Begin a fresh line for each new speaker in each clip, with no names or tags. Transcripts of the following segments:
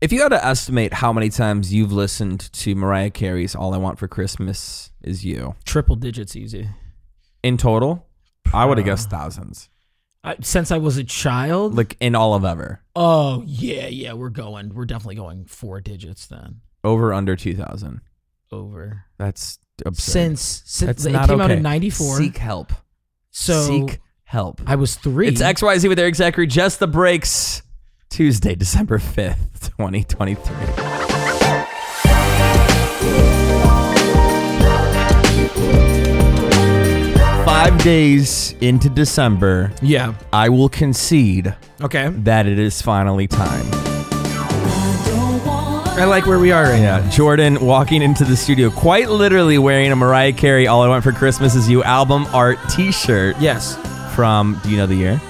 If you had to estimate how many times you've listened to Mariah Carey's "All I Want for Christmas Is You"
Triple digits easy.
in total, I would have guessed thousands.
I, since I was a child.
Like in all of ever,
oh yeah, yeah, we're going. We're definitely going four digits then.
over under two thousand.
Over
That's absurd.
since since
That's
it
not
came out
okay.
in '94.
Seek help.
so
Seek help.
I was three.
It's XYZ with Eric Zachary, just the breaks. Tuesday, December 5th, 2023. Five days into December,
yeah.
I will concede
Okay.
that it is finally time.
I like where we are right now.
Yeah, Jordan walking into the studio, quite literally wearing a Mariah Carey All I Want for Christmas Is You album art t shirt
Yes.
from, do you know the year?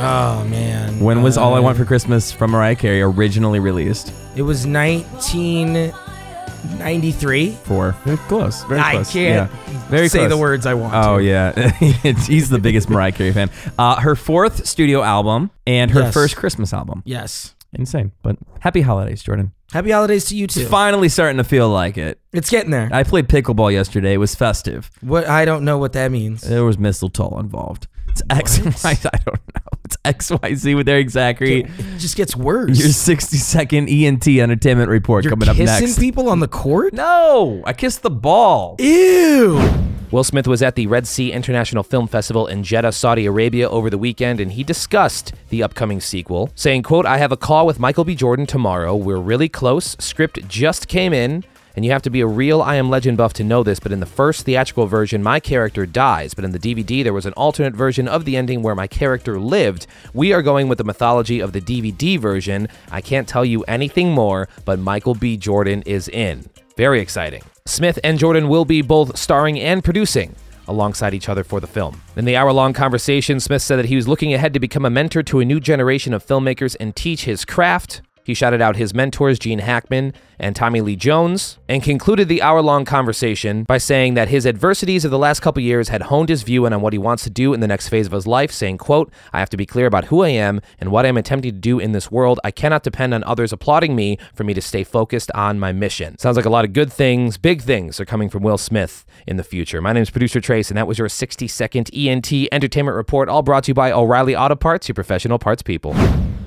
Oh man.
When was All I
Uh,
Want for Christmas from Mariah Carey originally released?
It was 1993.
Four. Close. Very
I
close. yeah.
can't
Very
say
close.
the words I want.
Oh
to.
yeah, he's the biggest Mariah Carey fan. Uh, her fourth studio album and her
Yes.
first Christmas album.
Yes.
Insane, but happy holidays, Jordan.
Happy holidays to you too.
It's finally starting to feel like it.
It's getting there.
I played pickleball yesterday. It was festive.
what I don't know what that means.
There was mistletoe involved. It's X
What?
Y. I don't know. It's X Y Z with Eric Zachary.
it just gets worse.
Your sixty second ENT entertainment report
You're
coming up
kissing
next.
people on the court?
no, I kissed the ball.
Ew.
Will Smith was at the Red Sea International Film Festival in Jeddah, Saudi Arabia over the weekend and he discussed the upcoming sequel, saying, "Quote, I have a call with Michael B. Jordan tomorrow. We're really close. Script just came in." And you have to be a real I Am Legend buff to know this, but in the first theatrical version, my character dies. But in the DVD, there was an alternate version of the ending where my character lived. We are going with the mythology of the DVD version. I can't tell you anything more, but Michael B. Jordan is in. Very exciting. Smith and Jordan will be both starring and producing alongside each other for the film. In the hour long conversation, Smith said that he was looking ahead to become a mentor to a new generation of filmmakers and teach his craft. He shouted out his mentors, Gene Hackman and Tommy Lee Jones, and concluded the hour long conversation by saying that his adversities of the last couple years had honed his view and on what he wants to do in the next phase of his life, saying, quote, I have to be clear about who I am and what I am attempting to do in this world. I cannot depend on others applauding me for me to stay focused on my mission. Sounds like a lot of good things, big things are coming from Will Smith in the future. My name is producer Trace, and that was your 60 second ENT entertainment report, all brought to you by O'Reilly Auto Parts, your professional parts people.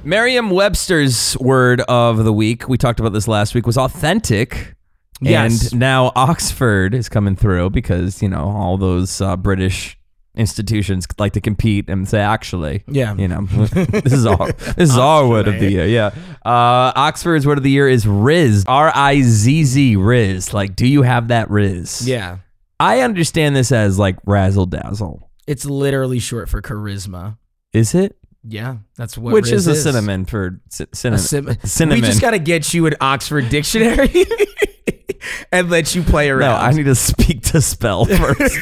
Merriam Webster's word of the week, we talked about this last week, was authentic.
Yes.
And now Oxford is coming through because, you know, all those uh, British institutions like to compete and say, actually.
Yeah.
You know, this is all this is our word of the year.
eh?
Yeah. Uh, Oxford's word of the year is Riz. R I Z Z Riz. Like, do you have that Riz?
Yeah.
I understand this as like razzle dazzle.
It's literally short for charisma.
Is it?
Yeah. That's what
Which is
Riz
a cinnamon for c-
A
cinnamon.
sim-
cinnamon.
We just got to get you an Oxford dictionary and let you play
No, I
around.
need to speak to spell first.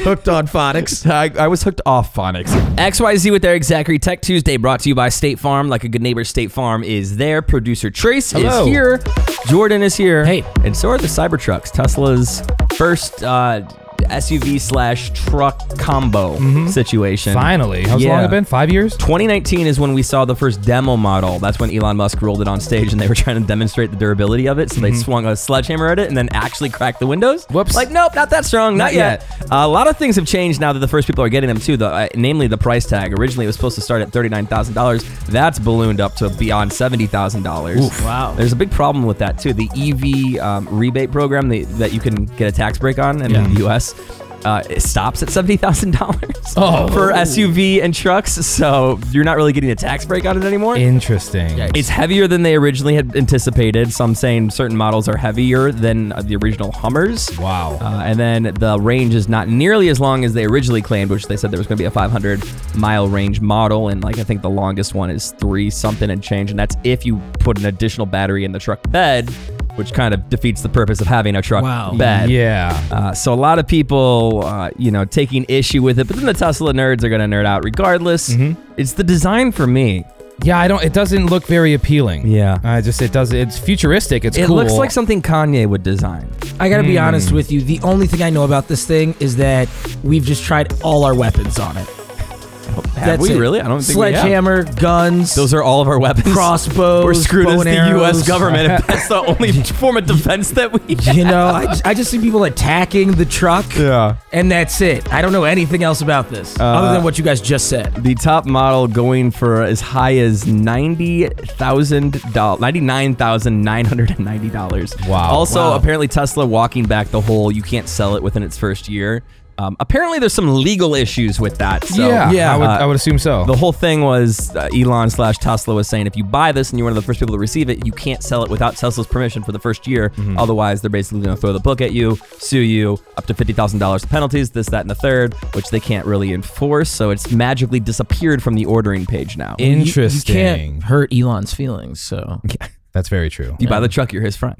hooked on phonics.
I, I was hooked off phonics. XYZ with Eric Zachary Tech Tuesday brought to you by State Farm. Like a good neighbor, State Farm is there. Producer Trace
Hello.
is here. Jordan is here.
Hey.
And so are the Cybertrucks, Tesla's first uh, SUV slash truck combo situation.
Finally. How's
Yeah.
long it been? Five years?
2019 is when we saw the first demo model. That's when Elon Musk rolled it on stage and they were trying to demonstrate the durability of it. So they swung a sledgehammer at it and then actually cracked the windows.
Whoops.
Like, nope, not that strong, not,
Not
yet. a lot of things have changed now that the first people are getting them too, though, uh, namely the price tag. Originally, it was supposed to start at $39,000. That's ballooned up to beyond $70,000.
Wow.
There's a big problem with that too. The EV um, rebate program that, that you can get a tax break on in the US. Uh, it stops at seventy thousand dollars
Oh.
for SUV and trucks, so you're not really getting a tax break on it anymore.
Interesting.
it's heavier than they originally had anticipated. Some saying certain models are heavier than uh, the original Hummers.
Wow.
Uh, and then the range is not nearly as long as they originally claimed, which they said there was going to be a 500 mile range model. And like I think the longest one is three something and change, and that's if you put an additional battery in the truck bed, which kind of defeats the purpose of having a truck
Wow.
bed.
yeah.
Uh, so a lot of people, uh, you know, taking issue with it, but then the Tesla nerds are going to nerd out regardless.
Mm-hmm.
It's the design for me.
Yeah, I don't it doesn't look very appealing.
Yeah.
I just it does it's futuristic. It's
It
cool.
looks like something Kanye would design.
I gotta
Hmm.
be honest with you. The only thing I know about this thing is that we've just tried all our weapons on it.
Have we
it.
really? I don't think we have.
Sledgehammer, guns.
Those are all of our weapons.
Crossbows,
We're screwed
bow
as
and
the
arrows.
U.S. government if that's the only form of defense that we have.
you know, I just, I just see people attacking the truck.
Yeah. Uh,
And that's it. I don't know anything else about this other than what you guys just said.
The top model going for as high as ninety thousand dollars, ninety nine thousand nine hundred and ninety dollars.
Wow.
Also,
Wow.
apparently Tesla walking back the whole you can't sell it within its first year. Um, apparently, there's some legal issues with that. So
yeah,
yeah,
I would,
uh,
I would assume so.
the whole thing was uh, Elon slash Tesla was saying if you buy this and you're one of the first people to receive it, you can't sell it without Tesla's permission for the first year. Otherwise, they're basically going to throw the book at you, sue you, up to fifty thousand dollars penalties, this, that, and the third, which they can't really enforce. So it's magically disappeared from the ordering page now. If
Interesting.
You, you can't hurt Elon's feelings, so
That's very true.
you buy the truck, you're his friend.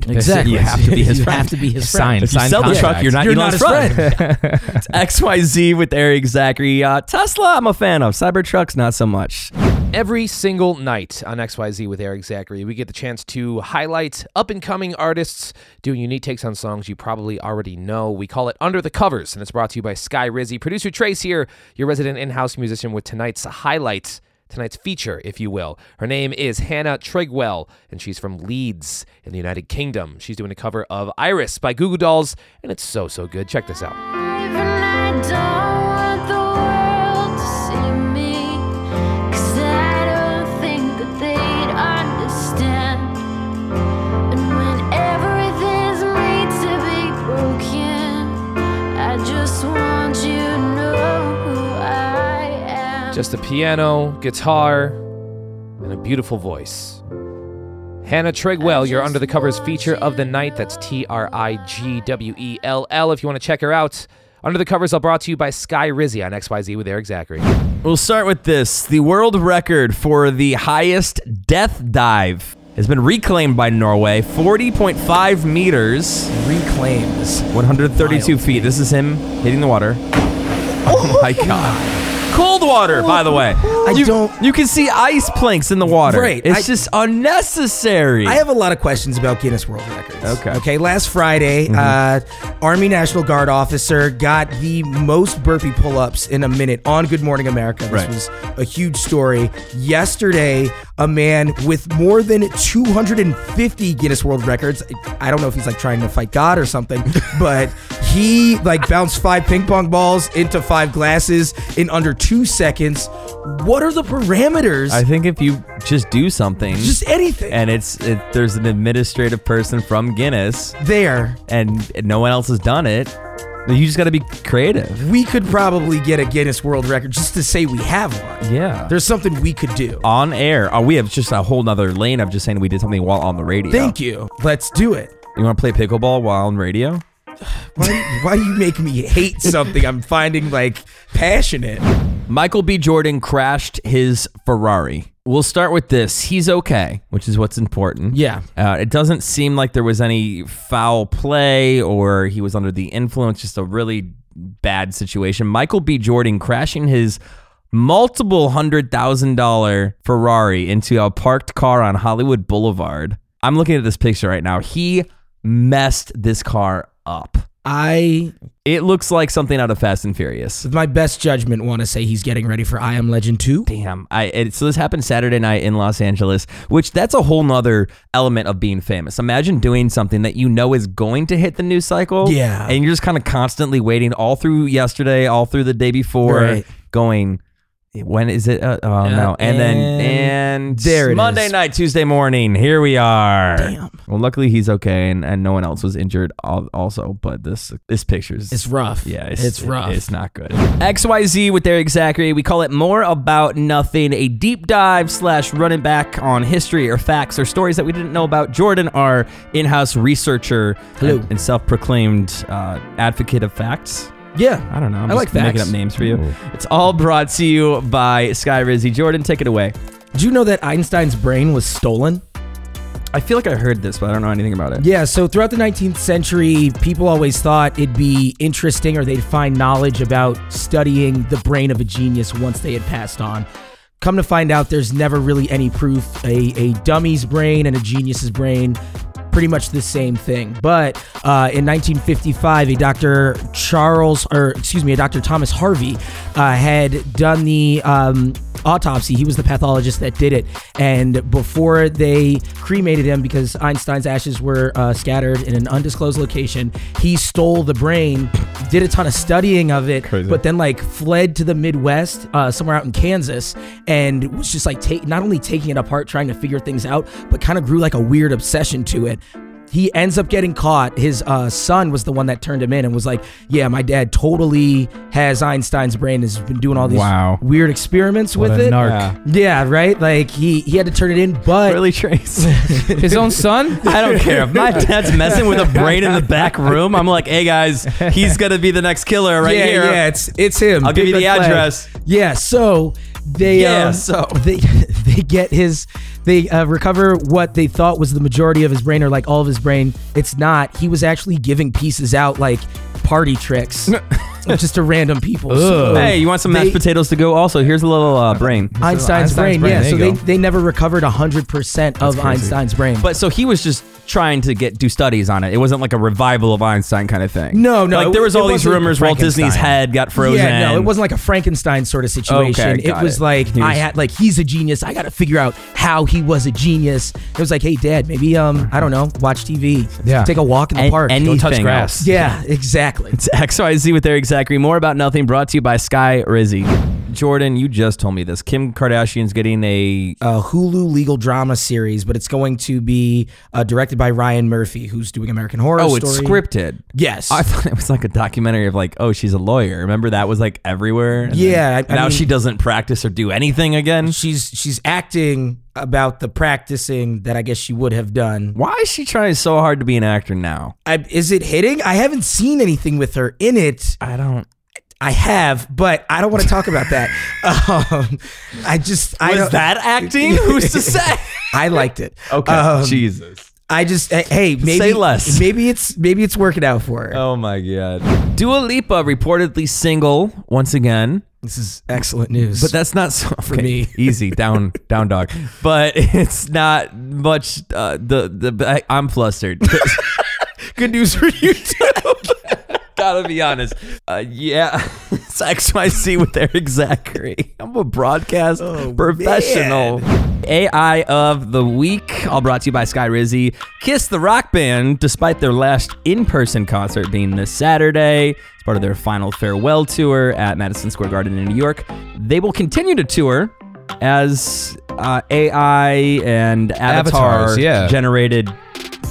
exactly.
you have to be his
You
friend.
have to be his friend.
Signed.
If you
signed
sell the truck,
contract.
you're not
You're
Elon's
not his friend.
it's XYZ with Eric Zachary. Uh, Tesla, I'm a fan of. Cybertruck's, not so much.
Every single night on XYZ with Eric Zachary, we get the chance to highlight up and coming artists doing unique takes on songs you probably already know. We call it Under the Covers, and it's brought to you by Sky Rizzy. Producer Trace here, your resident in house musician with tonight's highlights, tonight's feature, if you will. Her name is Hannah Trigwell, and she's from Leeds in the United Kingdom. She's doing a cover of Iris by Goo Goo Dolls, and it's so, so good. Check this out.
Just want you to know who I am.
Just a piano, guitar, and a beautiful voice. Hannah Trigwell, your Under the Covers feature of the night. That's T R I G W E L L if you want to check her out. Under the Covers are brought to you by Sky Rizzy on XYZ with Eric Zachary.
We'll start with this. The world record for the highest death dive has been reclaimed by Norway 40.5 meters,
Reclaims.
132 feet. This is him hitting the water. Oh my god. Cold water, by the way. I you,
don't-
You can see ice planks in the water.
Right,
It's
I-
just unnecessary.
I have a lot of questions about Guinness World Records.
Okay. Mm-hmm.
Okay. Last Friday, uh, Army National Guard officer got the most burpee pull-ups in a minute on Good Morning America. This
Right.
was a huge story. Yesterday, a man with more than 250 Guinness World Records. I don't know if he's like trying to fight God or something, but he like bounced five ping pong balls into five glasses in under two seconds. What are the parameters?
I think if you just do something
Just anything.
and it's it, there's an administrative person from Guinness
there.
and no one else has done it, you just got to be creative.
we could probably get a Guinness World Record just to say we have one.
Yeah.
There's something we could do.
on air. Oh, we have just a whole nother lane of just saying we did something while on the radio.
Thank you. Let's do it.
You want to play pickleball while on radio?
Why, why do you make me hate something I'm finding like passionate?
Michael B. Jordan crashed his Ferrari. We'll start with this. He's okay, which is what's important.
Yeah.
Uh, it doesn't seem like there was any foul play or he was under the influence, just a really bad situation. Michael B. Jordan crashing his multiple hundred thousand dollar Ferrari into a parked car on Hollywood Boulevard. I'm looking at this picture right now. He messed this car up.
I,
It looks like something out of Fast and Furious.
with my best judgment, want to say he's getting ready for I Am Legend 2.
Damn. I it, so this happened Saturday night in Los Angeles, which that's a whole nother element of being famous. Imagine doing something that you know is going to hit the news cycle.
Yeah.
And you're just kind of constantly waiting all through yesterday, all through the day before,
Right.
going, when is it? Uh, oh, no. And, then,
and
and
there it
Monday
is.
night, Tuesday morning, here we are.
Damn.
Well, luckily he's okay and, and no one else was injured al- also, but this, this picture's
It's rough.
yeah,
it's, rough.
It's not good. XYZ with Eric Zachary. We call it More About Nothing, a deep dive slash running back on history or facts or stories that we didn't know about. Jordan, our in house researcher
Hello.
and, self proclaimed uh, advocate of facts.
yeah.
I don't know. I'm
I
just
like
making
facts.
up names for you.
Ooh.
It's all brought to you by Sky Rizzy. Jordan, take it away.
Did you know that Einstein's brain was stolen?
I feel like I heard this, but I don't know anything about it.
Yeah, so throughout the 19th century, people always thought it'd be interesting or they'd find knowledge about studying the brain of a genius once they had passed on. Come to find out, there's never really any proof. A, a dummy's brain and a genius's brain pretty much the same thing. But uh, in 1955, a Dr. Charles, or excuse me, a Dr. Thomas Harvey uh, had done the um, autopsy. He was the pathologist that did it. And before they cremated him, because Einstein's ashes were uh, scattered in an undisclosed location, he stole the brain, did a ton of studying of it,
Crazy.
but then like fled to the Midwest, uh, somewhere out in Kansas, and was just like ta- not only taking it apart, trying to figure things out, but kind of grew like a weird obsession to it. He ends up getting caught. His uh, son was the one that turned him in and was like, "Yeah, my dad totally has Einstein's brain. Has been doing all these
Wow.
weird experiments
What
with
a
it.
narc.
Yeah, right. Like he he had to turn it in, but
Really, Trace?
His own son?
I don't care. If my dad's messing with a brain in the back room, I'm like, hey guys, he's gonna be the next killer right
yeah,
here.
yeah, it's it's him.
I'll give
Big
you the
red flag.
address.
Yeah, so they
Yeah,
um,
so.
they they get his they uh, recover what they thought was the majority of his brain or like all of his brain. It's not. He was actually giving pieces out like party tricks, just to random people. So
Hey, you want some mashed
Oh. they-
potatoes to go? Also, here's a little uh, brain.
Einstein's,
Einstein's
brain,
brain,
yeah.
there
So
you
they,
go.
they never recovered hundred percent of Einstein's brain.
But so he was just trying to get do studies on it. It wasn't like a revival of Einstein kind of thing.
No, no,
Like there was
it
all these
wasn't
rumors Walt Disney's
Frankenstein.
head got frozen.
Yeah, no, it wasn't like a Frankenstein sort of situation.
Okay,
it
got
was
it.
like
He
I
was-
had like he's a genius. I got to figure out how he was a genius. It was like, hey, Dad, maybe um, I don't know, watch TV,
Yeah.
take a walk in the
An-
park,
anything
Don't touch grass.
else.
yeah, exactly.
It's XYZ with Eric Zachary. More about nothing brought to you by Sky Rizzy. Jordan, you just told me this. Kim Kardashian's getting a
A Hulu legal drama series, but it's going to be uh, directed by Ryan Murphy, who's doing American Horror
Oh,
Story.
it's scripted.
Yes.
I thought it was like a documentary of like, oh, she's a lawyer. Remember that was like everywhere. And
Yeah,
then
I- I
now
mean-
she doesn't practice or do anything again.
she's she's acting about the practicing that I guess she would have done
Why is she trying so hard to be an actor now?
I, is it hitting? I haven't seen anything with her in it. I don't. I have, but I don't want to talk about that. Um, I just I
Was
don't-
that acting? Who's to say?
I liked it.
Okay,
Um,
Jesus.
I just eh, hey maybe
Say less.
Maybe it's maybe it's working out for her.
Oh my god. Dua Lipa reportedly single once again.
This is excellent news.
But that's not so, for
me.
Easy down, down dog. But it's not much. Uh, the the I, I'm flustered. Good news for you too. Gotta be honest. Uh, yeah, it's XYZ with Eric Zachary. I'm a broadcast professional. AI of the week, all brought to you by Sky Rizzy. Kiss the Rock Band, despite their last in-person concert being this Saturday, as part of their final farewell tour at Madison Square Garden in New York, they will continue to tour as uh, AI and
Avatars, yeah.
avatar-generated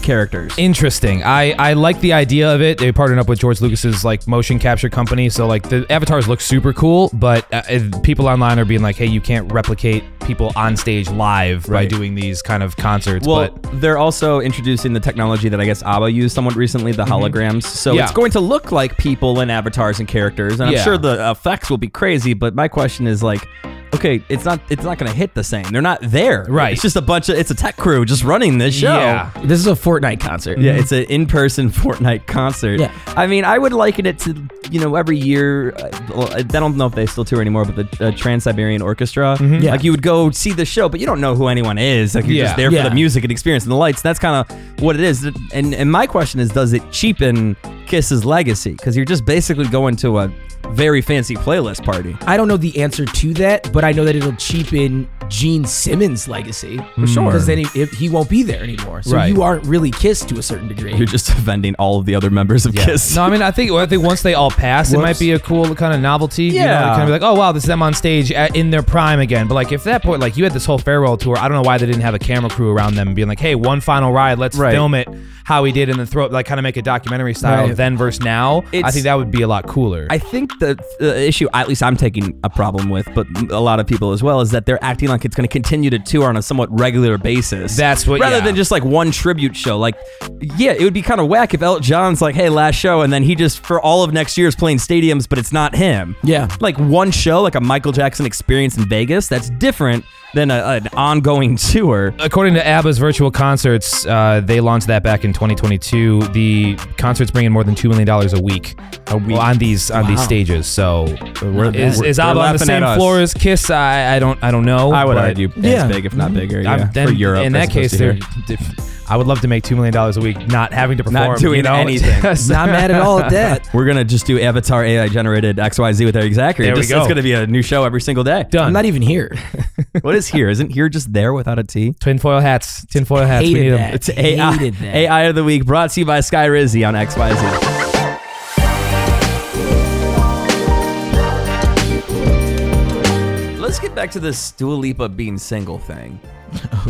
characters.
Interesting. I, I like the idea of it. They partnered up with George Lucas's like motion capture company, so like the avatars look super cool. But uh, if- people online are being like, "Hey, you can't replicate people on stage live by doing these kind of concerts."
Well,
but
they're also introducing the technology that I guess ABBA used somewhat recently, the holograms. So
Mm-hmm. Yeah.
it's going to look like people and avatars and characters, and I'm
Yeah.
sure the effects will be crazy. But my question is like, okay, it's not it's not going to hit the same. They're not there.
Right.
It's just a bunch of it's a tech crew just running this show.
Yeah.
this is a Fortnite concert.
Yeah, it's an in-person Fortnite concert.
Mm-hmm. Yeah.
I mean, I would liken it to you know every year. uh, well, I don't know if they still tour anymore, but the uh, Trans Siberian Orchestra.
Mm-hmm. Yeah.
Like you would go see the show, but you don't know who anyone is. Like you're
Yeah.
just there
Yeah.
for the music and experience and the lights. That's kind of what it is. And and my question is, does it cheapen Kiss's legacy? Because you're just basically going to a very fancy playlist party.
I don't know the answer to that, but I know that it'll cheapen Gene Simmons' legacy for sure. Because then he, if, he won't be there anymore, so
Right.
you aren't really kissed to a certain degree.
You're just offending all of the other members of Kiss.
no, I mean, I think I think once they all pass, it might be a cool kind of novelty. Yeah, you know,
Yeah.
kind of be like, "Oh wow, this is them on stage at, in their prime again." But like, if that point, like, you had this whole farewell tour, I don't know why they didn't have a camera crew around them, being like, "Hey, one final ride, let's
Right.
film it how he did, and then throw it like kind of make a documentary style
Right.
then versus now." I
It's-
think that would be a lot cooler.
I think the, the issue, at least I'm taking a problem with, but a lot of people as well, is that they're acting like it's going to continue to tour on a somewhat regular basis.
That's what-
Rather
yeah.
than just like one tribute show. Like, yeah, it would be kind of whack if Elton John's like, hey, last show, and then he just for all of next year is playing stadiums, but it's not him.
Yeah.
Like one show, like a Michael Jackson experience in Vegas, that's different than a, an ongoing tour.
According to ABBA's virtual concerts, uh, they launched that back in 2022. The concerts bring in more than two million dollars a week, on these on these stages. So is,
we're-
is
they're
ABBA on the
laughing at
same
us.
floor as Kiss? I, I don't I don't know.
I would
but
argue as
Yeah.
big, if not bigger,
I'm-
yeah,
then
for Europe.
in
as
that
opposed
case,
to here.
they're. I would love to make two million dollars a week, not having to perform,
Not
you
doing
know?
anything.
Not mad at all at that.
We're gonna just do Avatar AI generated XYZ with Eric Zachary.
There we
Just-
go.
It's gonna be a new show every single day.
Done.
I'm not even here.
What is here? Isn't here just there without a T?
tinfoil hats. Tinfoil hats. we
Hated
need 'em.
that.
It's AI,
Hated that.
AI of the week brought to you by Sky Rizzi on XYZ. Let's get back to this Dua Lipa being single thing.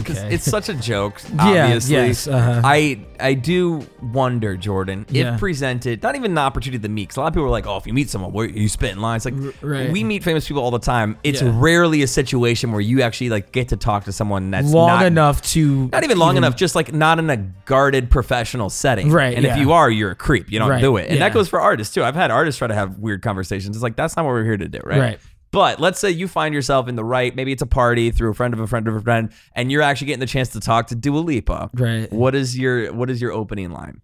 'Cause It's such a joke, obviously.
yes, uh-huh.
I I do wonder, Jordan,
Yeah.
if presented, not even an opportunity to meet. 'cause a lot of people are like, oh, if you meet someone, where you spit in line. It's like
right.
we meet famous people all the time. It's
Yeah.
rarely a situation where you actually like get to talk to someone that's
long
not,
enough to
not even long enough, just like not in a guarded professional setting.
Right,
And if
yeah.
you are, you're a creep. You don't
Right,
do it. And
yeah.
that goes for artists too. I've had artists try to have weird conversations. It's like, that's not what we're here to do, right?
Right.
But let's say you find yourself in the right, maybe it's a party through a friend of a friend of a friend, and you're actually getting the chance to talk to Dua Lipa.
Right.
What is your what is your opening line?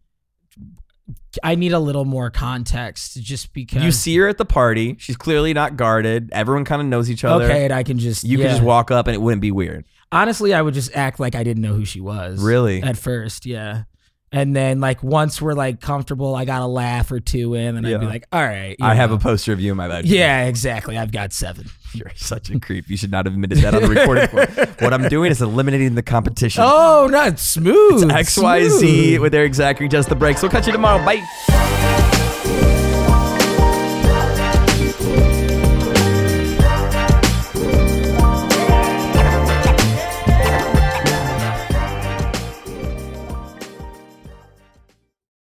I need a little more context just because
You see her at the party. She's clearly not guarded. Everyone kind of knows each other.
Okay, and I can just
You
yeah.
could just walk up and it wouldn't be weird.
Honestly, I would just act like I didn't know who she was.
Really?
At first, yeah. And then like once we're like comfortable, I got a laugh or two in, and
Yeah.
I'd be like, all right. you
I have
know.
a poster of you in my bedroom.
Yeah, exactly. I've got seven.
You're such a creep. You should not have admitted that on the recording. floor. what I'm doing is eliminating the competition.
Oh, not smooth.
XYZ
smooth.
with Eric Zachary. Just the breaks. We'll catch you tomorrow. Bye.